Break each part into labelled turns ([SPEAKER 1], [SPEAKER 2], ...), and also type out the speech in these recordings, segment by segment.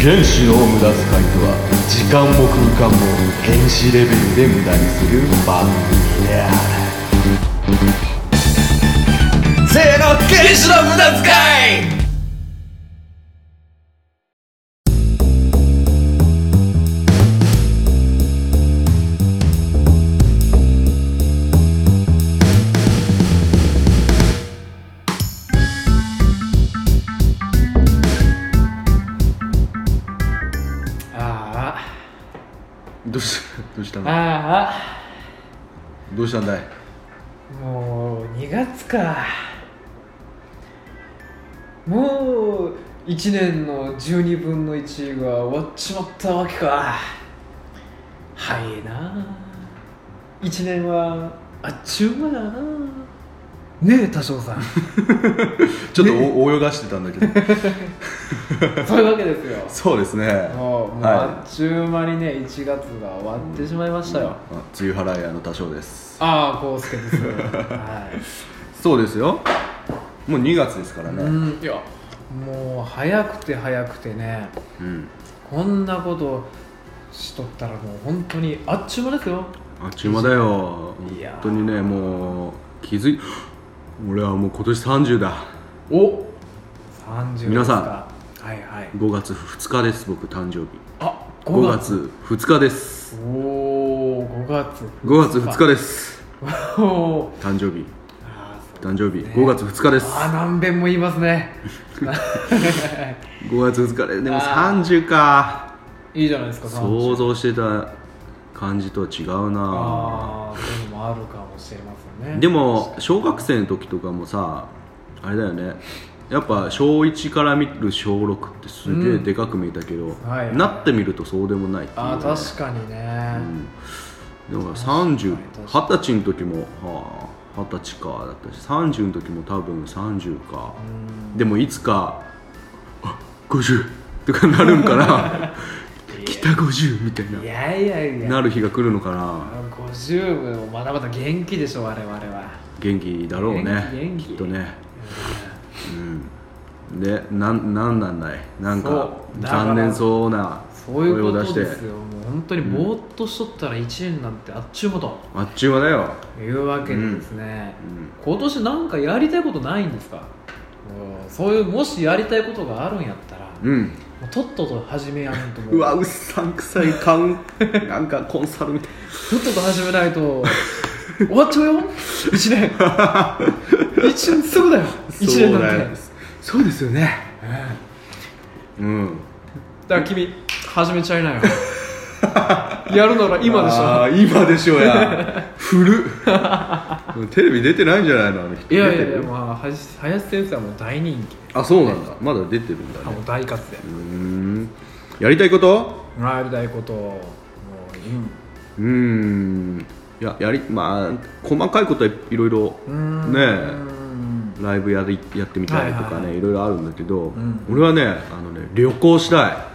[SPEAKER 1] 原子の無駄遣いとは時間も空間も原子レベルで無駄にする番組であるせーの原子の無駄遣い
[SPEAKER 2] あ
[SPEAKER 1] どうしたどうした
[SPEAKER 2] あ
[SPEAKER 1] の
[SPEAKER 2] あ
[SPEAKER 1] どうしたんだい
[SPEAKER 2] あもう2月かもう1年の12分の1が終わっちまったわけか早いな1年はあっちゅう間だなねえ多少 さん
[SPEAKER 1] ちょっとお泳がしてたんだけど
[SPEAKER 2] そういうわけですよ
[SPEAKER 1] そうですね
[SPEAKER 2] もうもう
[SPEAKER 1] はい
[SPEAKER 2] あっちゅう間にね1月が終わってしまいましたよ、
[SPEAKER 1] あ梅雨払い屋の多少です
[SPEAKER 2] ああこうすけですはい
[SPEAKER 1] そうですよもう2月ですから ね
[SPEAKER 2] うんいやもう早くて早くてね
[SPEAKER 1] うん
[SPEAKER 2] こんなことしとったらもう本当にあっちゅう間ですよ
[SPEAKER 1] あっちゅう間だよ
[SPEAKER 2] いや
[SPEAKER 1] 本当にねもう気づい 俺はもう今年30だ
[SPEAKER 2] お30ですか
[SPEAKER 1] 皆さ
[SPEAKER 2] はいはい
[SPEAKER 1] 5月2日です僕誕生日
[SPEAKER 2] あ5
[SPEAKER 1] 5
[SPEAKER 2] 月
[SPEAKER 1] 月2日です
[SPEAKER 2] おお5月
[SPEAKER 1] 5月2日です
[SPEAKER 2] お お
[SPEAKER 1] 誕生日
[SPEAKER 2] あーそう
[SPEAKER 1] 誕生日
[SPEAKER 2] ね
[SPEAKER 1] 5月2日です
[SPEAKER 2] あー何遍も言います ね
[SPEAKER 1] 5月2日ででも
[SPEAKER 2] あ
[SPEAKER 1] 30か
[SPEAKER 2] いいじゃないですか
[SPEAKER 1] 想
[SPEAKER 2] 30
[SPEAKER 1] 像してた感じとは違うな
[SPEAKER 2] ああそういうのもあるかもしれませんね
[SPEAKER 1] でも小学生の時とかもさあれだよねやっぱ小1から見る小6ってすげえでかく見えたけど、
[SPEAKER 2] はいはい
[SPEAKER 1] なってみるとそうでもないっていうね、
[SPEAKER 2] あー確かにね、
[SPEAKER 1] だから30
[SPEAKER 2] 確
[SPEAKER 1] 二
[SPEAKER 2] か
[SPEAKER 1] 十歳の時もはあ二十歳かだったし30の時も多分30かでもいつかあ50とかなるんかな北50みたい
[SPEAKER 2] い
[SPEAKER 1] な
[SPEAKER 2] やいやいや
[SPEAKER 1] なる日が来るのかな
[SPEAKER 2] 50もまだまだ元気でしょ我々は
[SPEAKER 1] 元気だろうね
[SPEAKER 2] 元気元気
[SPEAKER 1] きっとねうんでなんなんなんないなんか
[SPEAKER 2] そうだから
[SPEAKER 1] 残念そうな
[SPEAKER 2] そうい
[SPEAKER 1] 声
[SPEAKER 2] う
[SPEAKER 1] を
[SPEAKER 2] こ
[SPEAKER 1] 出し
[SPEAKER 2] と
[SPEAKER 1] て
[SPEAKER 2] ですよもう本当にぼーっとしとったら1年なんてあっちゅうこと
[SPEAKER 1] あっちゅう間だよ
[SPEAKER 2] いうわけでですね、今年なんかやりたいことないんですかもうそういうもしやりたいことがあるんやったら、も
[SPEAKER 1] うん
[SPEAKER 2] うとっとと始めやんとも
[SPEAKER 1] うわうっさんくさいカウン なんかコンサルみたい
[SPEAKER 2] とっとと始めないと終わっちゃうよ1年1年すぐだよ1年な
[SPEAKER 1] そう
[SPEAKER 2] んて
[SPEAKER 1] だよそうですよね
[SPEAKER 2] ええ
[SPEAKER 1] うん
[SPEAKER 2] だから君始めちゃいなよやるなら今でし
[SPEAKER 1] あ
[SPEAKER 2] ょ
[SPEAKER 1] ー今でしょや古っ テレビ出てないんじゃないのあの人
[SPEAKER 2] いやいや
[SPEAKER 1] 出
[SPEAKER 2] い
[SPEAKER 1] て
[SPEAKER 2] や
[SPEAKER 1] る
[SPEAKER 2] まあはじ林先生はもう大人気
[SPEAKER 1] あそうなんだまだ出てるんだ
[SPEAKER 2] あ
[SPEAKER 1] ね
[SPEAKER 2] もう大活躍
[SPEAKER 1] うーんやりたいこと
[SPEAKER 2] やりたいこともう
[SPEAKER 1] うーんいややりまあ細かいことはいろいろ
[SPEAKER 2] うん
[SPEAKER 1] ね
[SPEAKER 2] う
[SPEAKER 1] え
[SPEAKER 2] ん
[SPEAKER 1] ライブやりやってみたいとか
[SPEAKER 2] はいはいは
[SPEAKER 1] ねいろいろあるんだけど、
[SPEAKER 2] ん
[SPEAKER 1] 俺はねあのね旅行した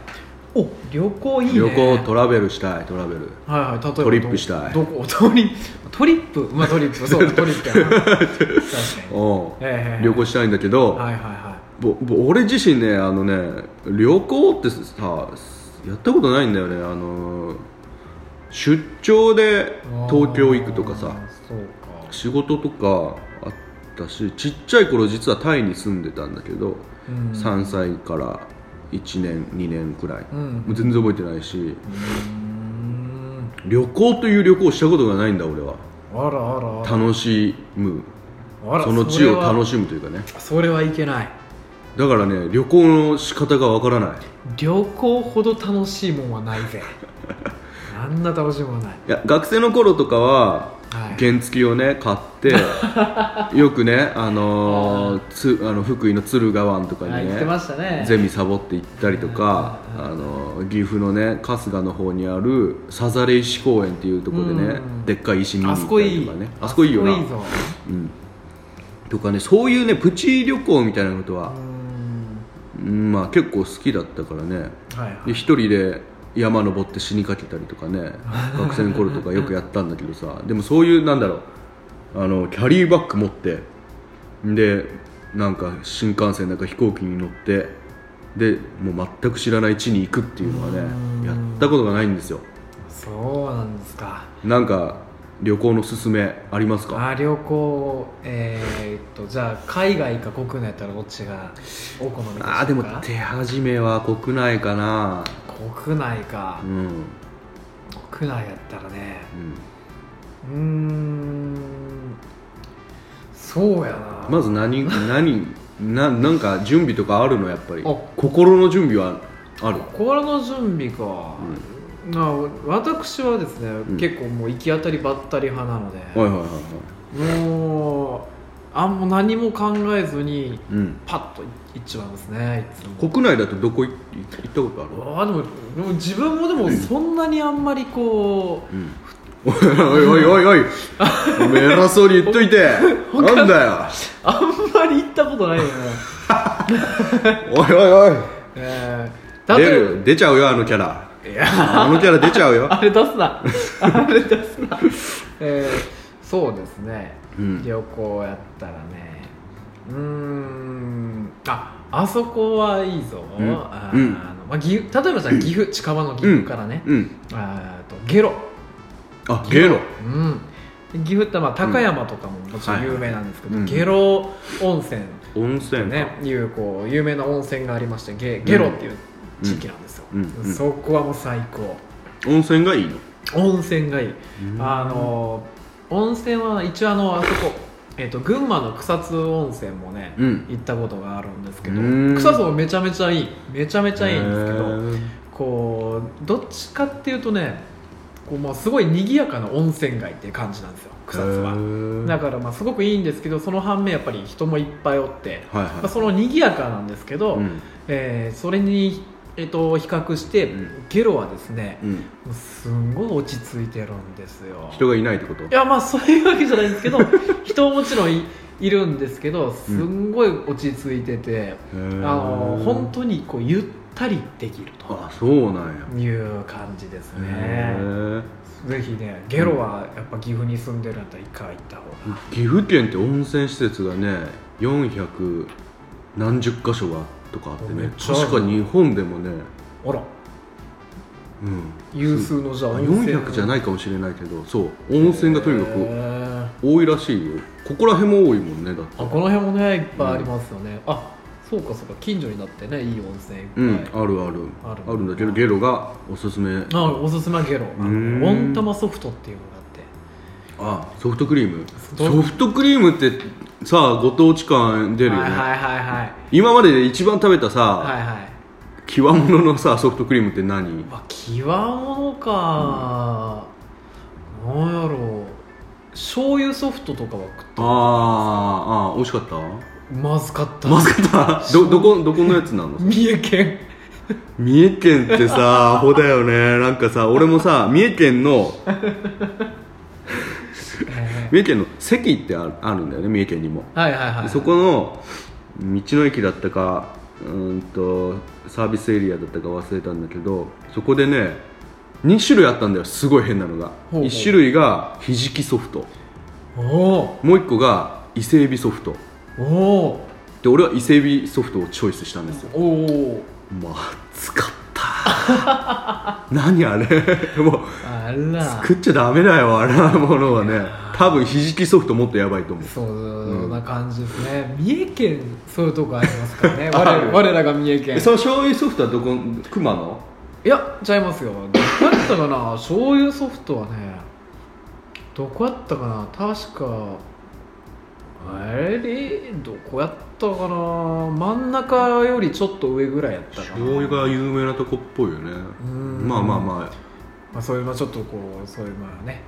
[SPEAKER 2] お旅行いい
[SPEAKER 1] い
[SPEAKER 2] ね
[SPEAKER 1] 旅行トラベルしたいトラベル
[SPEAKER 2] はいはい例えばど
[SPEAKER 1] トリップしたい
[SPEAKER 2] どこ トリトリップまあトリップ そうだトリップやな確
[SPEAKER 1] う
[SPEAKER 2] かに
[SPEAKER 1] ん
[SPEAKER 2] ええ
[SPEAKER 1] 旅行したいんだけど、
[SPEAKER 2] はいはいはい
[SPEAKER 1] ぼぼ俺自身ねあのね旅行ってさやったことないんだよねあの出張で東京行くとか
[SPEAKER 2] あ
[SPEAKER 1] さ
[SPEAKER 2] ーそうか
[SPEAKER 1] 仕事とかあったしちっちゃい頃実はタイに住んでたんだけど、
[SPEAKER 2] うん
[SPEAKER 1] 3歳から1年2年くらい、
[SPEAKER 2] うん
[SPEAKER 1] もう全然覚えてないし
[SPEAKER 2] うん
[SPEAKER 1] 旅行という旅行をしたことがないんだ俺は
[SPEAKER 2] あらあらあ
[SPEAKER 1] 楽しむ
[SPEAKER 2] らあら
[SPEAKER 1] その地を楽
[SPEAKER 2] し
[SPEAKER 1] しむというかね
[SPEAKER 2] それはいけない
[SPEAKER 1] だからね旅行の仕方がわからない
[SPEAKER 2] 旅行ほど楽しいもんはない ぜあんな楽しいもんはない
[SPEAKER 1] いや学生の頃とかは
[SPEAKER 2] はい
[SPEAKER 1] 原付をね買って よくね、あのーつあの福井の敦賀湾とかに
[SPEAKER 2] あ言っ
[SPEAKER 1] ね
[SPEAKER 2] てましたね
[SPEAKER 1] ゼミサボって行ったりとか、
[SPEAKER 2] う
[SPEAKER 1] あのー岐阜のね春日の方にあるさざれ石公園っていうところでね、
[SPEAKER 2] うん
[SPEAKER 1] でっかい石見に行
[SPEAKER 2] あ
[SPEAKER 1] った
[SPEAKER 2] そこい
[SPEAKER 1] り
[SPEAKER 2] い
[SPEAKER 1] とかねあそこいいよな
[SPEAKER 2] あそぞ
[SPEAKER 1] うん、とかねそういうねプチ旅行みたいなこと
[SPEAKER 2] うー
[SPEAKER 1] は、
[SPEAKER 2] ん
[SPEAKER 1] うんまあ、結構好きだったからね
[SPEAKER 2] はいは
[SPEAKER 1] で
[SPEAKER 2] い
[SPEAKER 1] 一人で山登って死にかけたりとかね学生の頃とかよくやったんだけどさでもそういうなんだろうあのキャリーバッグ持ってでなんか新幹線なんか飛行機に乗ってでもう全く知らない地に行くっていうのは
[SPEAKER 2] うん
[SPEAKER 1] ねやったことがないんですよ
[SPEAKER 2] そうなんですか
[SPEAKER 1] なんか旅行のすすめありますか
[SPEAKER 2] あ旅行えー、っとじゃあ海外か国内やったらどっちがお好みですか
[SPEAKER 1] あーでも手始めは国内かな
[SPEAKER 2] 国内か
[SPEAKER 1] う、ん、うん、
[SPEAKER 2] 国内やったらねうーんそうやな、
[SPEAKER 1] まず 何何ななんか準備とかあるのやっぱり
[SPEAKER 2] あ
[SPEAKER 1] 心の準備はある
[SPEAKER 2] 心の準備か、なあ私はですね、
[SPEAKER 1] ん
[SPEAKER 2] 結構もう行き当たりばったり派なので、
[SPEAKER 1] はいはいはいはい
[SPEAKER 2] もうあんもう何も考えずに
[SPEAKER 1] うん
[SPEAKER 2] パッと行っちまいますねいつも
[SPEAKER 1] 国内だとどこ行行ったことある
[SPEAKER 2] あーでもでも自分もでもそんなにあんまりこう
[SPEAKER 1] うんおいおいおいおいおめえ偉そうに言っとい てなんだよ
[SPEAKER 2] あんまり行ったことないよね、
[SPEAKER 1] おいおいおい
[SPEAKER 2] えー、
[SPEAKER 1] 出
[SPEAKER 2] 例え
[SPEAKER 1] る出ちゃうよあのキャラ
[SPEAKER 2] ばいや
[SPEAKER 1] あのキャラ出ちゃう よ
[SPEAKER 2] あれ出 すなあれ出すな、えーそうですね、
[SPEAKER 1] うん
[SPEAKER 2] 旅行やったらねうーんああそこはいいぞ、
[SPEAKER 1] うん
[SPEAKER 2] あ
[SPEAKER 1] う
[SPEAKER 2] ー
[SPEAKER 1] ん
[SPEAKER 2] あのまあ、岐阜例えばじゃあ岐阜、近場の岐阜からね、
[SPEAKER 1] うん
[SPEAKER 2] あーとゲロ、
[SPEAKER 1] あゲロ
[SPEAKER 2] うん、岐阜ってまあ高山とかももちろ
[SPEAKER 1] は
[SPEAKER 2] ん
[SPEAKER 1] い
[SPEAKER 2] 有名なんですけど、
[SPEAKER 1] うん
[SPEAKER 2] ゲロ温泉
[SPEAKER 1] 温泉か
[SPEAKER 2] ねいうこう有名な温泉がありましてゲゲロっていう地域なんですよ、
[SPEAKER 1] うんうんうん
[SPEAKER 2] そこはもう最高
[SPEAKER 1] 温泉がいいの
[SPEAKER 2] 温泉がいい
[SPEAKER 1] うん
[SPEAKER 2] あの温泉は一応あのあそこ、えっと群馬の草津温泉もね、
[SPEAKER 1] うん
[SPEAKER 2] 行ったことがあるんですけど
[SPEAKER 1] うん
[SPEAKER 2] 草津もめちゃめちゃいいめちゃめちゃいいんですけ
[SPEAKER 1] へ
[SPEAKER 2] ど
[SPEAKER 1] ー
[SPEAKER 2] こうどっちかっていうとねこうまあすごい賑やかな温泉街っていう感じなんですよ草津
[SPEAKER 1] へ
[SPEAKER 2] は
[SPEAKER 1] ー
[SPEAKER 2] だからまあすごくいいんですけどその反面やっぱり人もいっぱいおって、
[SPEAKER 1] はい
[SPEAKER 2] まあ、
[SPEAKER 1] は
[SPEAKER 2] その賑やかなんですけ
[SPEAKER 1] い
[SPEAKER 2] ど、
[SPEAKER 1] うん
[SPEAKER 2] えーそれに、えっと比較して、
[SPEAKER 1] うん
[SPEAKER 2] ゲロはですね
[SPEAKER 1] うん
[SPEAKER 2] もうすんごい落ち着いてるんですよ
[SPEAKER 1] 人がいないってこと
[SPEAKER 2] いやまあそういうわけじゃないんです けど人ももちろんいいるんですけどすんごい落ち着いてて、
[SPEAKER 1] へー
[SPEAKER 2] あの本当にこうゆったりできると
[SPEAKER 1] あそうなんや
[SPEAKER 2] いう感じです
[SPEAKER 1] へ
[SPEAKER 2] ね
[SPEAKER 1] ー
[SPEAKER 2] ぜひねゲロはやっぱ岐阜に住んでるんだったら一回行った方が
[SPEAKER 1] 岐阜県って温泉施設がね400何十箇所がとかあって
[SPEAKER 2] め
[SPEAKER 1] ね
[SPEAKER 2] っちゃある
[SPEAKER 1] 確か日本でもね
[SPEAKER 2] あら
[SPEAKER 1] うん
[SPEAKER 2] 有数のじゃあ
[SPEAKER 1] あ
[SPEAKER 2] 温泉
[SPEAKER 1] 400じゃないいかもしれないけどそう温泉がとにかく多いらしいよここら辺も多いもんねだって
[SPEAKER 2] あこの辺もねいっぱいありますよね、あそうかそうか近所になってねいい温泉いっ
[SPEAKER 1] う
[SPEAKER 2] ぱい、
[SPEAKER 1] ん、あるある
[SPEAKER 2] ある
[SPEAKER 1] あるんだけどゲロがおすすめ
[SPEAKER 2] あおすすめはゲロあ
[SPEAKER 1] うん
[SPEAKER 2] の温玉ソフトっていうのがあって
[SPEAKER 1] あソフトクリーム
[SPEAKER 2] ど
[SPEAKER 1] ソフトクリームってさあご当地感出るよね、
[SPEAKER 2] はいはいはいはい
[SPEAKER 1] 今までで一番食べたさ、
[SPEAKER 2] はいはい
[SPEAKER 1] 極物のさソフトクリームって何
[SPEAKER 2] うわ極物か、なんやろう醤油ソフトとかは食っ
[SPEAKER 1] あーあー美味しかった
[SPEAKER 2] まずかった
[SPEAKER 1] まずかったどどこどこのやつなの
[SPEAKER 2] 三重県
[SPEAKER 1] 三重県って さアホだよねなんかさ俺もさ三重県の
[SPEAKER 2] え
[SPEAKER 1] 三重県の関ってあるあるんだよね三重県にも
[SPEAKER 2] ーはいはいはい
[SPEAKER 1] そこの道の駅だったかうーんとサービスエリアだったか忘れたんだけどそこでね2種類あったんだよすごい変なのが
[SPEAKER 2] ほうほう
[SPEAKER 1] 1種類がひじきソフト
[SPEAKER 2] おお
[SPEAKER 1] もう1個が伊勢エビソフト
[SPEAKER 2] おお
[SPEAKER 1] で俺は伊勢エビソフトをチョイスしたんですよ
[SPEAKER 2] おお
[SPEAKER 1] まずかった 何あれもう
[SPEAKER 2] あら
[SPEAKER 1] 食っちゃダメだよあれなものはね多分ひじきソフトもっとやばいと思う
[SPEAKER 2] そう
[SPEAKER 1] うん
[SPEAKER 2] な感じですね、三重県そういうとこありますからね
[SPEAKER 1] あ
[SPEAKER 2] 我
[SPEAKER 1] る
[SPEAKER 2] 我らが三重
[SPEAKER 1] え
[SPEAKER 2] 県
[SPEAKER 1] その醤油ソフトはどこ熊野
[SPEAKER 2] いやちゃいますよどこやったかな醤油ソフトはねどこやったかな確かあれどこやったかな真ん中よりちょっと上ぐらいやったかな
[SPEAKER 1] 醤油が有名なとこっぽいよね
[SPEAKER 2] ん
[SPEAKER 1] まあまあま
[SPEAKER 2] まあ、そういうまあちょっとこうそういうまあね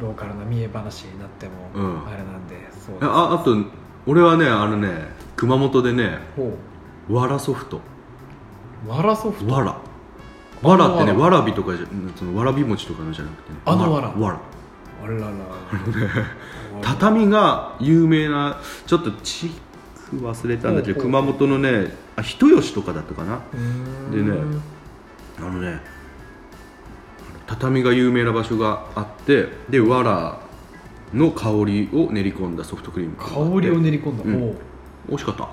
[SPEAKER 2] ローカルな見え話になっても
[SPEAKER 1] うん
[SPEAKER 2] あれなんで、そう
[SPEAKER 1] あああと俺はねあのね熊本でね
[SPEAKER 2] ほ
[SPEAKER 1] わらソフト
[SPEAKER 2] うわらソフト
[SPEAKER 1] わらわらってね
[SPEAKER 2] あの
[SPEAKER 1] わらびとかじゃそのわらび餅とかのじゃなくてね
[SPEAKER 2] あのわら
[SPEAKER 1] わら
[SPEAKER 2] あららた
[SPEAKER 1] 畳が有名なちょっと地区忘れたんだけど
[SPEAKER 2] ほう
[SPEAKER 1] 熊
[SPEAKER 2] ほう
[SPEAKER 1] 本のねあ人吉とかだったかなでねあのね畳が有名な場所があってでわらの香りを練り込んだソフトクリーム
[SPEAKER 2] 香りを練り込んだ、
[SPEAKER 1] うん美味しかった
[SPEAKER 2] おう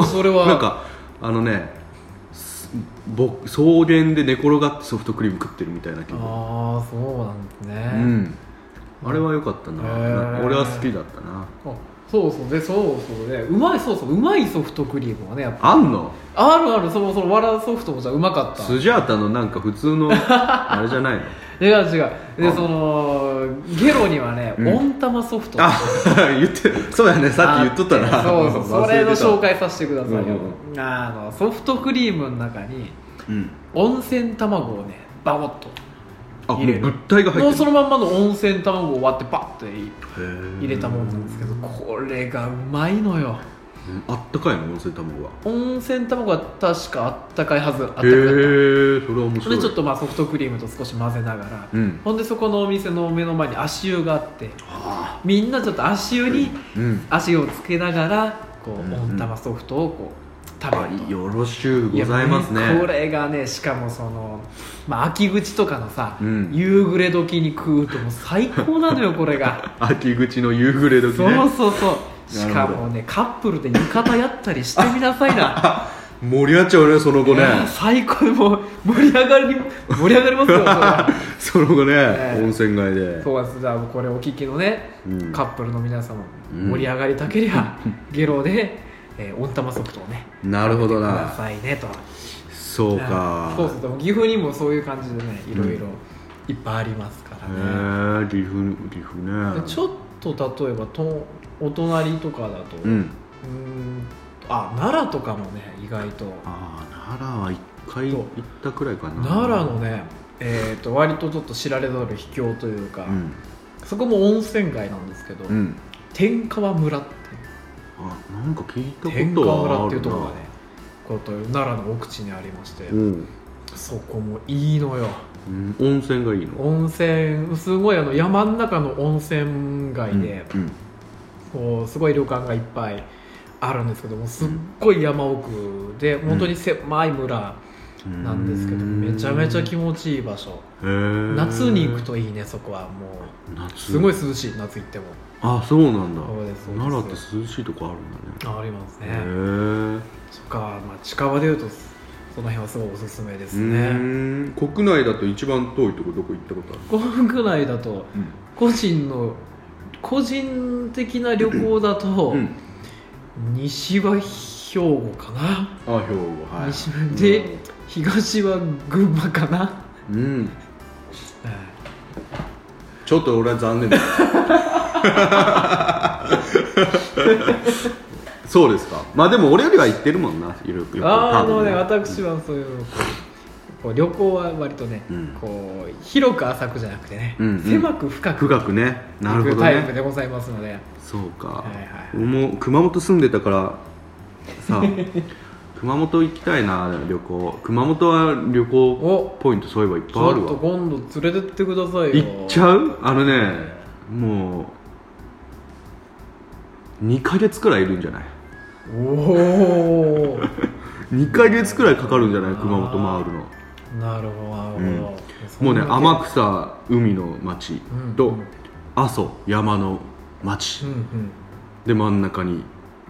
[SPEAKER 2] おーそれは
[SPEAKER 1] なんかあのねぼ草原で寝転がってソフトクリーム食ってるみたいな気分
[SPEAKER 2] ああそうなんですね、
[SPEAKER 1] うん、あれは良かったな、
[SPEAKER 2] へー
[SPEAKER 1] 俺は好きだったな
[SPEAKER 2] あそうそうでそうそうでうまいそうそううまいソフトクリームはねやっぱ
[SPEAKER 1] あんの
[SPEAKER 2] あるあるそもそもわらソフトもじゃあうまかった
[SPEAKER 1] スジャータのなんか普通 のあれじゃないの
[SPEAKER 2] 違う違うで
[SPEAKER 1] あ
[SPEAKER 2] そのゲロにはね、
[SPEAKER 1] うん
[SPEAKER 2] 温玉ソフト
[SPEAKER 1] あ言ってそうやねさっき言っとったな
[SPEAKER 2] あってそうそう
[SPEAKER 1] 忘
[SPEAKER 2] それの
[SPEAKER 1] てた
[SPEAKER 2] 紹介させてくださいよ、
[SPEAKER 1] うん
[SPEAKER 2] あのソフトクリームの中に
[SPEAKER 1] うん
[SPEAKER 2] 温泉卵をねバボッと
[SPEAKER 1] あも
[SPEAKER 2] 入
[SPEAKER 1] う
[SPEAKER 2] れる
[SPEAKER 1] 物体が入
[SPEAKER 2] もう
[SPEAKER 1] って
[SPEAKER 2] そ
[SPEAKER 1] る
[SPEAKER 2] のまんまの温泉卵を割ってパッと
[SPEAKER 1] へー
[SPEAKER 2] 入れたもんなんですけどこれがうまいのよ
[SPEAKER 1] うんあったかいの温泉卵は
[SPEAKER 2] 温泉卵は確かあったかいはずあったか
[SPEAKER 1] へ
[SPEAKER 2] い
[SPEAKER 1] えそれは面
[SPEAKER 2] そ
[SPEAKER 1] 白
[SPEAKER 2] れ
[SPEAKER 1] い
[SPEAKER 2] でちょっとまあソフトクリームと少し混ぜながら、
[SPEAKER 1] うん
[SPEAKER 2] ほんでそこのお店の目の前に足湯があって
[SPEAKER 1] あ
[SPEAKER 2] みんなちょっと足湯に
[SPEAKER 1] うん
[SPEAKER 2] 足をつけながらこう
[SPEAKER 1] うんうん
[SPEAKER 2] 温玉ソフトをこう食
[SPEAKER 1] あ
[SPEAKER 2] べると
[SPEAKER 1] よろしゅうございますね
[SPEAKER 2] やこれがねしかもその、まあ、秋口とかのさ、
[SPEAKER 1] うん
[SPEAKER 2] 夕暮れ時に食うともう最高なのよこれが
[SPEAKER 1] 秋口の夕暮れ時
[SPEAKER 2] そう
[SPEAKER 1] ね
[SPEAKER 2] そうそうしかもねカップルで浴衣やったりしてみなさいな
[SPEAKER 1] 盛り上がっちゃうねその後ね
[SPEAKER 2] いや最高もう盛り上がり盛り上がりますよそれは
[SPEAKER 1] その後ね、
[SPEAKER 2] ええ
[SPEAKER 1] 温泉街で
[SPEAKER 2] そうですじゃあこれお聞きのね、
[SPEAKER 1] うん
[SPEAKER 2] カップルの皆様
[SPEAKER 1] うん
[SPEAKER 2] 盛り上がりたけ りゃ、ゲロで、えー温玉ソフトをね
[SPEAKER 1] なるほど
[SPEAKER 2] くだ
[SPEAKER 1] な
[SPEAKER 2] さいねと
[SPEAKER 1] そうか
[SPEAKER 2] そうそうでも岐阜にもそういう感じでねいろいろいっぱいありますから
[SPEAKER 1] へえ
[SPEAKER 2] ね、
[SPEAKER 1] 岐阜岐阜ね
[SPEAKER 2] ちょっと例えばとお隣とかだと
[SPEAKER 1] う
[SPEAKER 2] うーん
[SPEAKER 1] ん
[SPEAKER 2] あ奈良とかもね意外と
[SPEAKER 1] ああ奈良は一回
[SPEAKER 2] そう
[SPEAKER 1] 行ったくらいかな
[SPEAKER 2] 奈良のねえー、と割とちょっと知られざる秘境というか、
[SPEAKER 1] うん
[SPEAKER 2] そこも温泉街なんですけど、
[SPEAKER 1] うん
[SPEAKER 2] 天川村って
[SPEAKER 1] あなんか聞いたことはある
[SPEAKER 2] 天
[SPEAKER 1] な
[SPEAKER 2] 川村っていうところがねこと奈良の奥地にありまして、
[SPEAKER 1] うん
[SPEAKER 2] そこもいいのよ
[SPEAKER 1] うん温泉がいいの
[SPEAKER 2] 温泉すごいあの山の中の温泉街で、
[SPEAKER 1] うんうん
[SPEAKER 2] こうすごい旅館がいっぱいあるんですけどもすっごい山奥で本当に狭い村なんですけど、めちゃめちゃ気持ちいい場所
[SPEAKER 1] へえ
[SPEAKER 2] 夏に行くといいねそこはもう
[SPEAKER 1] 夏
[SPEAKER 2] すごい涼しい夏行っても
[SPEAKER 1] あそうなんだ
[SPEAKER 2] そうですそうです
[SPEAKER 1] 奈良って涼しいとこあるんだね
[SPEAKER 2] あありますね、
[SPEAKER 1] へえ
[SPEAKER 2] そっか、まあ、近場でいうとその辺はすごいおすすめです
[SPEAKER 1] う
[SPEAKER 2] ね
[SPEAKER 1] ん国内だと一番遠いとこどこ行ったことある
[SPEAKER 2] 国内だと個人の個人的な旅行だと、
[SPEAKER 1] うん
[SPEAKER 2] 西は兵庫かな、
[SPEAKER 1] あ兵庫はい
[SPEAKER 2] 西はで、東は群馬かな、
[SPEAKER 1] うん、ちょっと俺は残念だそうですかまあでも俺よりは行ってるもんないろいろ
[SPEAKER 2] あーあ
[SPEAKER 1] 多
[SPEAKER 2] の
[SPEAKER 1] 分
[SPEAKER 2] ね私はそういうのこうこう旅行は割とね、
[SPEAKER 1] うん
[SPEAKER 2] こう広く浅くじゃなくてね、
[SPEAKER 1] うんうん
[SPEAKER 2] 狭く深く
[SPEAKER 1] 深くねなるほ
[SPEAKER 2] 行く
[SPEAKER 1] ど
[SPEAKER 2] タイプ
[SPEAKER 1] ね
[SPEAKER 2] でございますので、
[SPEAKER 1] そうか、
[SPEAKER 2] はいはい
[SPEAKER 1] 俺も熊本住んでたからさ 熊本行きたいな旅行熊本は旅行
[SPEAKER 2] お
[SPEAKER 1] ポイントそういえばいっ
[SPEAKER 2] ち
[SPEAKER 1] ぱいあ
[SPEAKER 2] ょ
[SPEAKER 1] る
[SPEAKER 2] っと
[SPEAKER 1] わ
[SPEAKER 2] 今度連れてってくださいよ
[SPEAKER 1] 行っちゃうあのねもう2ヶ月くらいいるんじゃない
[SPEAKER 2] おお
[SPEAKER 1] 2ヶ月くらいかかるんじゃない熊本回るの
[SPEAKER 2] なるほどなるほど、
[SPEAKER 1] うん
[SPEAKER 2] そ
[SPEAKER 1] もうんね
[SPEAKER 2] なけ
[SPEAKER 1] 天草海の町
[SPEAKER 2] うん
[SPEAKER 1] と
[SPEAKER 2] うん
[SPEAKER 1] 阿蘇山の町、
[SPEAKER 2] うんうん
[SPEAKER 1] で真ん中に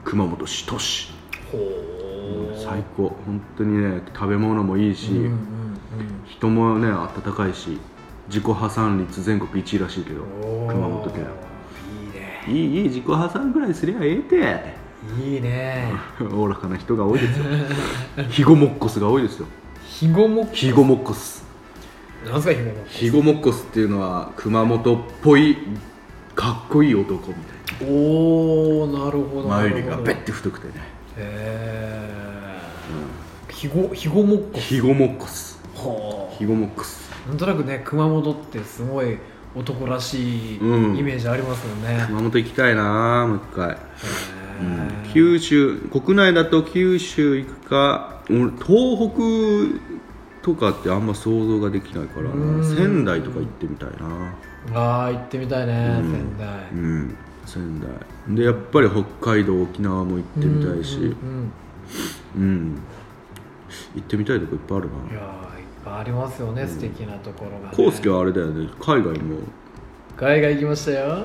[SPEAKER 1] 熊本市都市
[SPEAKER 2] ほー
[SPEAKER 1] 最高本当にね食べ物もいいし、
[SPEAKER 2] うんうん
[SPEAKER 1] 人もね温かいし自己破産率全国1位らしいけど
[SPEAKER 2] うん、
[SPEAKER 1] 熊本県
[SPEAKER 2] 県
[SPEAKER 1] いいいい自己破産ぐらいすりゃええて
[SPEAKER 2] いいねいいね
[SPEAKER 1] おおらかな人が多い ですよヒゴモッコスが多いですよ
[SPEAKER 2] ひごも
[SPEAKER 1] ヒゴモッコス
[SPEAKER 2] なんすかひごも
[SPEAKER 1] ヒゴモッコスっていうのは熊本っぽいかっこいい男みたい
[SPEAKER 2] おおなるほど
[SPEAKER 1] な
[SPEAKER 2] なる
[SPEAKER 1] 眉
[SPEAKER 2] ほ
[SPEAKER 1] 毛
[SPEAKER 2] ど
[SPEAKER 1] がベッて太くてね、う
[SPEAKER 2] へえひごひごもっ
[SPEAKER 1] ん、ヒゴモッコス
[SPEAKER 2] こは
[SPEAKER 1] ヒゴモッコス
[SPEAKER 2] あなんとなくね熊本ってすごい男らしいイ
[SPEAKER 1] うん
[SPEAKER 2] メージありますよね、へ
[SPEAKER 1] 熊本行きたいなもう一回、
[SPEAKER 2] ー
[SPEAKER 1] 九州国内だと九州行くか俺東北とかってあんま想像ができないからな
[SPEAKER 2] うん
[SPEAKER 1] 仙台とか行ってみたいな
[SPEAKER 2] ああ行ってみたいね、
[SPEAKER 1] うん
[SPEAKER 2] 仙台
[SPEAKER 1] うん仙台でやっぱり北海道沖縄も行ってみたいし
[SPEAKER 2] うんうん
[SPEAKER 1] うん、行ってみたいとこいっぱいあるな
[SPEAKER 2] うんいやーいっぱいありますよね、素敵なところが、ね、
[SPEAKER 1] 康介はあれだよね海外も
[SPEAKER 2] 海外行きましたよ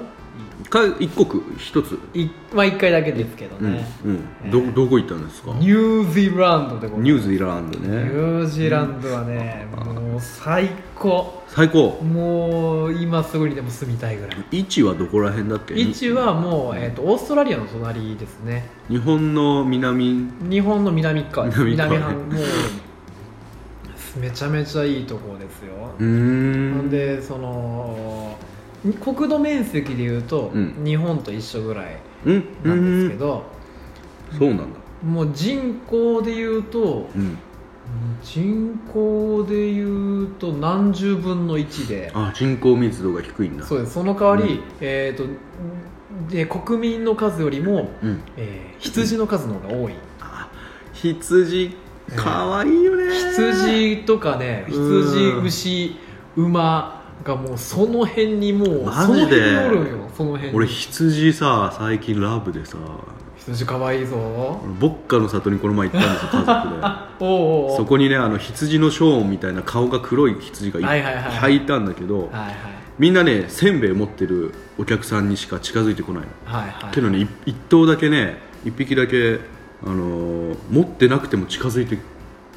[SPEAKER 1] か一国一つ
[SPEAKER 2] いまあ1回だけですけど
[SPEAKER 1] うん、
[SPEAKER 2] ね、
[SPEAKER 1] うん、どどこ行ったんですか
[SPEAKER 2] ニュージーランドでござい
[SPEAKER 1] ニ
[SPEAKER 2] ま
[SPEAKER 1] ュー
[SPEAKER 2] す
[SPEAKER 1] ジーランド
[SPEAKER 2] ニ
[SPEAKER 1] ね
[SPEAKER 2] ュージーランドはね、もう最高
[SPEAKER 1] 最高
[SPEAKER 2] もう今すぐにでも住みたいぐらい
[SPEAKER 1] 位置はどこら辺だっけ
[SPEAKER 2] 位置はもう、えー、とオーストラリアの隣ですね
[SPEAKER 1] 日本の南
[SPEAKER 2] 日本の南側です
[SPEAKER 1] 南側
[SPEAKER 2] 南半もうめちゃめちゃいいところですよ、
[SPEAKER 1] うーん
[SPEAKER 2] ほんでその国土面積でいうと、
[SPEAKER 1] うん
[SPEAKER 2] 日本と一緒ぐらい
[SPEAKER 1] うん
[SPEAKER 2] なんですけど、
[SPEAKER 1] うんそうなんだ
[SPEAKER 2] もう人口でいうと
[SPEAKER 1] うん
[SPEAKER 2] 人口でいうと何十分の1で
[SPEAKER 1] あ人口密度が低いんだ
[SPEAKER 2] そうですその代わり、
[SPEAKER 1] うん
[SPEAKER 2] えー、とで国民の数よりも、
[SPEAKER 1] うん
[SPEAKER 2] えー羊の数の方が多い、
[SPEAKER 1] あ羊かわいいよね
[SPEAKER 2] 羊とかね羊
[SPEAKER 1] うん
[SPEAKER 2] 牛馬がもうその辺にもう
[SPEAKER 1] マ
[SPEAKER 2] その
[SPEAKER 1] ジ
[SPEAKER 2] 辺
[SPEAKER 1] で
[SPEAKER 2] におるんよその辺に
[SPEAKER 1] 俺羊さ最近ラブでさ
[SPEAKER 2] 羊かわいいぞおう
[SPEAKER 1] 俺ボッカの里にこの前行ったんですよ家族で
[SPEAKER 2] おうおう
[SPEAKER 1] そこにねあの羊のショーンみたいな顔が黒い羊がい
[SPEAKER 2] はいはいはい
[SPEAKER 1] はいたんだけど
[SPEAKER 2] はいはい
[SPEAKER 1] みんなねせんべい持ってるお客さんにしか近づいてこないの
[SPEAKER 2] はいはい
[SPEAKER 1] けどねい一頭だけね一匹だけ、あのー持ってなくても近づいて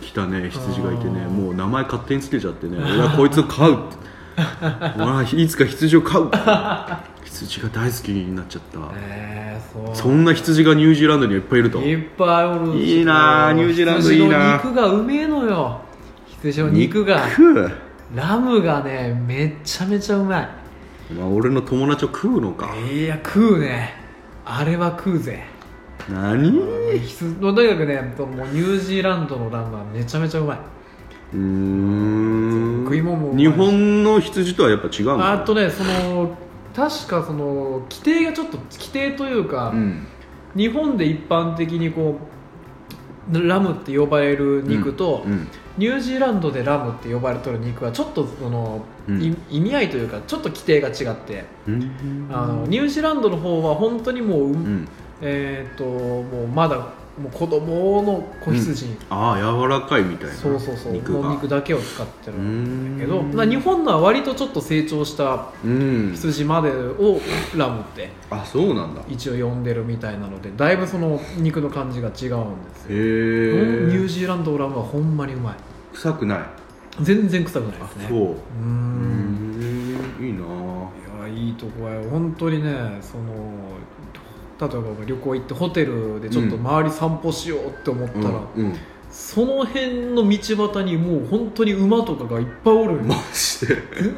[SPEAKER 1] きたね羊がいてね
[SPEAKER 2] あー
[SPEAKER 1] もう名前勝手につけちゃってね俺はこいつを 飼うって俺はいつか羊を飼う羊が大好きになっちゃった、
[SPEAKER 2] えーそう
[SPEAKER 1] そんな羊がニュージーランドにはいっぱいいると
[SPEAKER 2] いっぱいおる
[SPEAKER 1] いいなあニュージーランドいいなあ
[SPEAKER 2] 羊の肉がうめえのよ羊の肉が
[SPEAKER 1] 肉
[SPEAKER 2] ラムがねめちゃめちゃうまい
[SPEAKER 1] まあ、俺の友達を食うのか
[SPEAKER 2] いや食うねあれは食うぜ
[SPEAKER 1] 何
[SPEAKER 2] 羊のとにかくねもうニュージーランドのラムはめちゃめちゃうまいう
[SPEAKER 1] ーん
[SPEAKER 2] 食い物もうまいし
[SPEAKER 1] 日本の羊とはやっぱ違うの
[SPEAKER 2] あとねその確かその規定がちょっと規定というか、
[SPEAKER 1] うん
[SPEAKER 2] 日本で一般的にこうラムって呼ばれる肉と、
[SPEAKER 1] うん
[SPEAKER 2] ニュージーランドでラムって呼ばれてる肉はちょっとその、
[SPEAKER 1] うん
[SPEAKER 2] い意味合いというかちょっと規定が違って、
[SPEAKER 1] うん
[SPEAKER 2] あのニュージーランドの方は本当にもう、
[SPEAKER 1] うん
[SPEAKER 2] えっ、ともうまだもう子供の子羊、
[SPEAKER 1] ああ柔らかいみたいな
[SPEAKER 2] そうそうそう
[SPEAKER 1] 肉
[SPEAKER 2] の
[SPEAKER 1] が
[SPEAKER 2] 肉だけを使って
[SPEAKER 1] う
[SPEAKER 2] る
[SPEAKER 1] ー
[SPEAKER 2] んだ
[SPEAKER 1] ん
[SPEAKER 2] けど、まあ、日本のは割とちょっと成長した
[SPEAKER 1] うん
[SPEAKER 2] 羊までをラムって
[SPEAKER 1] あそうなんだへ
[SPEAKER 2] 一応呼んでるみたいなのでだいぶその肉の感じが違うんですよニュー
[SPEAKER 1] え
[SPEAKER 2] ジーランドのラムはほんまにうまい
[SPEAKER 1] 臭くない
[SPEAKER 2] 全然臭くない
[SPEAKER 1] あ
[SPEAKER 2] ですね
[SPEAKER 1] そう
[SPEAKER 2] うー
[SPEAKER 1] うんんいいなあ
[SPEAKER 2] いやいいとこや本当にねその例えば旅行行ってホテルでちょっと周り散歩しようって思った
[SPEAKER 1] う
[SPEAKER 2] ら、
[SPEAKER 1] んうん
[SPEAKER 2] その辺の道端にもう本当に馬とかがいっぱ いおるよ
[SPEAKER 1] マジで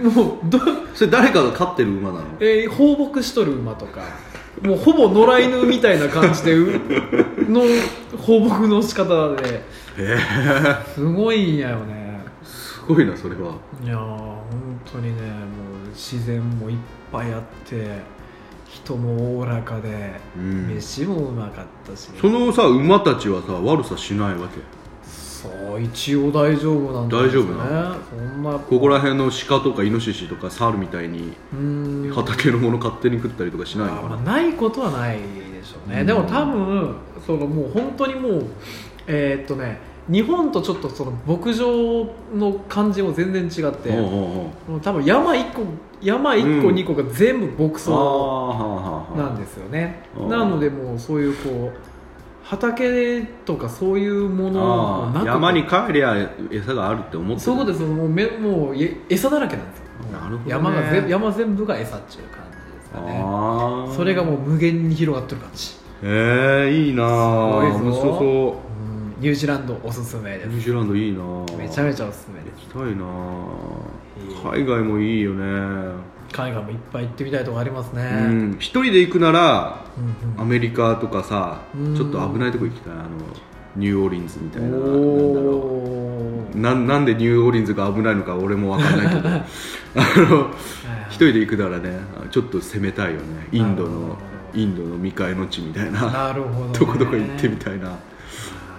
[SPEAKER 2] もうど、
[SPEAKER 1] それ誰かが飼ってる馬なの
[SPEAKER 2] えー放牧しとる馬とかもうほぼ野良犬みたいな感じでうの放牧の仕方で
[SPEAKER 1] へえ
[SPEAKER 2] すごいんやよね
[SPEAKER 1] すごいなそれはい
[SPEAKER 2] やー本当にねもう自然もいっぱいあって人もおおらかで、
[SPEAKER 1] うん
[SPEAKER 2] 飯もうまかったし
[SPEAKER 1] そのさ馬たちはさ悪さしないわけ
[SPEAKER 2] そう一応大丈夫なんです
[SPEAKER 1] 大丈夫な
[SPEAKER 2] そんな
[SPEAKER 1] ここら辺の鹿とかイノシシとか猿みたいに
[SPEAKER 2] うーん
[SPEAKER 1] 畑のもの勝手に食ったりとかしない
[SPEAKER 2] あ
[SPEAKER 1] の
[SPEAKER 2] ま
[SPEAKER 1] か
[SPEAKER 2] あ
[SPEAKER 1] な
[SPEAKER 2] ないことはないでしょうね、
[SPEAKER 1] うん
[SPEAKER 2] でも多分そのもう本当にもうえーっとね日本とちょっとその牧場の感じも全然違って、
[SPEAKER 1] おうおうおう
[SPEAKER 2] もう多分山1個山1個、
[SPEAKER 1] うん
[SPEAKER 2] 2個が全部牧
[SPEAKER 1] あー
[SPEAKER 2] 草
[SPEAKER 1] はあはあ
[SPEAKER 2] なんですよね
[SPEAKER 1] あー
[SPEAKER 2] なのでもうそういうこう畑とかそういうもの
[SPEAKER 1] あ
[SPEAKER 2] もな
[SPEAKER 1] あ
[SPEAKER 2] く
[SPEAKER 1] 山に帰りゃ餌があるって思ってる
[SPEAKER 2] そういうことですもうめもうえ餌だらけなんですよ
[SPEAKER 1] なるほどね
[SPEAKER 2] 山が全山全部が餌っていう感じですかね
[SPEAKER 1] ああ
[SPEAKER 2] それがもう無限に広がってる感じ
[SPEAKER 1] ええいいなあ
[SPEAKER 2] すごいぞ
[SPEAKER 1] 面白そう
[SPEAKER 2] うんニュージーランドおすすめで
[SPEAKER 1] ニュー
[SPEAKER 2] す
[SPEAKER 1] ジーランドいいな
[SPEAKER 2] めちゃ
[SPEAKER 1] ち
[SPEAKER 2] めちゃおすすめで
[SPEAKER 1] 行
[SPEAKER 2] す
[SPEAKER 1] きたいなあ
[SPEAKER 2] い
[SPEAKER 1] 海外もいいよね
[SPEAKER 2] 海外もいっぱい行ってみたいとこありますね、
[SPEAKER 1] う
[SPEAKER 2] うん
[SPEAKER 1] ん一人で行くならア
[SPEAKER 2] うん
[SPEAKER 1] メリカとかさ
[SPEAKER 2] うん
[SPEAKER 1] ちょっと危ないとこ行きたいあのニューオーリンズみたいななんだろ
[SPEAKER 2] お
[SPEAKER 1] うななんでニューオーリンズが危ないのか俺も分かんない けどあの一
[SPEAKER 2] 人
[SPEAKER 1] 人で行くならねちょっと攻めたいよねインド
[SPEAKER 2] なる
[SPEAKER 1] の
[SPEAKER 2] ほど
[SPEAKER 1] インドの未開の地みたいな
[SPEAKER 2] なるほど、ね、
[SPEAKER 1] どこどこ行ってみ
[SPEAKER 2] い
[SPEAKER 1] たいなうん
[SPEAKER 2] 確か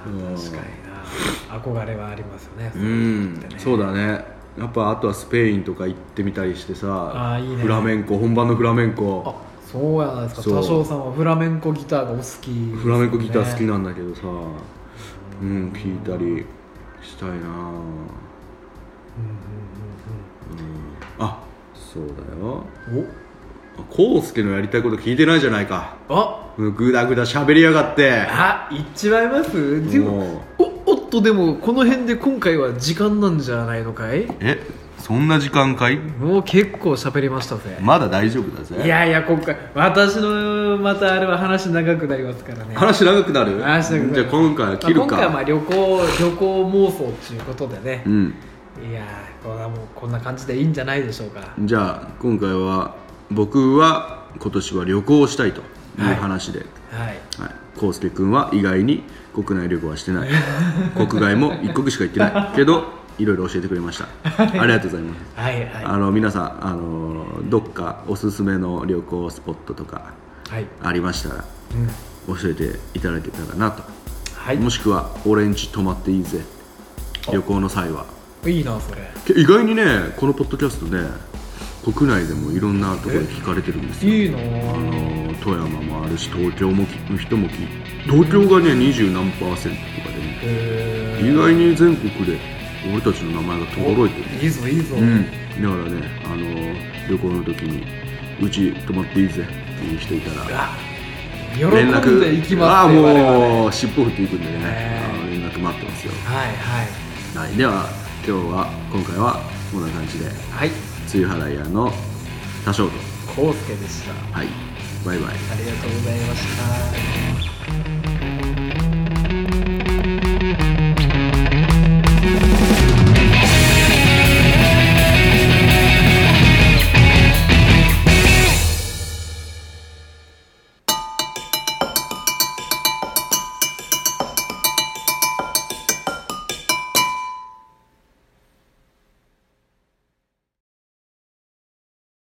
[SPEAKER 2] にな憧れはありますよね
[SPEAKER 1] うんそう
[SPEAKER 2] だ
[SPEAKER 1] だねやっぱあとはスペインとか行ってみたりしてさ
[SPEAKER 2] あーいいね
[SPEAKER 1] フラメンコ本場のフラメン
[SPEAKER 2] あ
[SPEAKER 1] コ
[SPEAKER 2] そうやないですか
[SPEAKER 1] そう
[SPEAKER 2] 多少さんはフラメンコギターがお好き、
[SPEAKER 1] フラメンコギター好き
[SPEAKER 2] な
[SPEAKER 1] なんだけどさうん聞いたりしたいなうんあそうだよ
[SPEAKER 2] お
[SPEAKER 1] コウスケのやりたいこと聞いてないじゃないか
[SPEAKER 2] あ
[SPEAKER 1] ぐだぐだ喋りやがって
[SPEAKER 2] あ行っちまいますでも
[SPEAKER 1] もう
[SPEAKER 2] おおっとでもこの辺で今回は時間なんじゃないのかい
[SPEAKER 1] えそんな時間かい
[SPEAKER 2] もう結構喋りましたぜ
[SPEAKER 1] まだ大丈夫だぜ
[SPEAKER 2] いやいや今回私のまたあれは話長くなりますからね
[SPEAKER 1] 話長くなる
[SPEAKER 2] 話長く な
[SPEAKER 1] じゃ
[SPEAKER 2] る
[SPEAKER 1] あ今回は切るか、
[SPEAKER 2] まあ今回はまあ旅行旅行妄想っていうことでね
[SPEAKER 1] うん
[SPEAKER 2] いやーこれはもうこんな感じでいいんじゃないでしょうか
[SPEAKER 1] じゃあ今回は僕は今年は旅行をしたいという
[SPEAKER 2] はい
[SPEAKER 1] 話で、はい
[SPEAKER 2] はい
[SPEAKER 1] 康介君は意外に国内旅行はして ない国外も一国しか行ってないけどいろいろ教えてくれましたありがとうございます
[SPEAKER 2] はいはい
[SPEAKER 1] あの皆さんあのどっかおすすめの旅行スポットとか
[SPEAKER 2] はい、
[SPEAKER 1] ありましたら
[SPEAKER 2] うん
[SPEAKER 1] 教えていただけたらなと、
[SPEAKER 2] はい
[SPEAKER 1] もしくは「俺んち泊まっていいぜ」旅行の際はい
[SPEAKER 2] いなそれ
[SPEAKER 1] け意外にねこのポッドキャストね国内でもいろんなところで聞かれてるんですよ
[SPEAKER 2] いいな
[SPEAKER 1] あの富山もあるし東京もきの人もき東京がね二十何パーセントとかで、ね、
[SPEAKER 2] へ
[SPEAKER 1] 意外に全国で俺たちの名前がとどろいてる
[SPEAKER 2] ーいいぞいいぞ、
[SPEAKER 1] うん、だからね、あの旅行の時にうち泊まっていいぜっていう人いたら
[SPEAKER 2] あ喜んでいきます
[SPEAKER 1] ああ
[SPEAKER 2] 我々は
[SPEAKER 1] もう尻尾振っていくんでね、
[SPEAKER 2] ね
[SPEAKER 1] あの連絡待ってますよ、
[SPEAKER 2] はいはい
[SPEAKER 1] はい、では今日は今回はこんな感じで
[SPEAKER 2] はい
[SPEAKER 1] 梅雨払い屋の多少と
[SPEAKER 2] 康介でした
[SPEAKER 1] はいバイバイ
[SPEAKER 2] ありがとうございました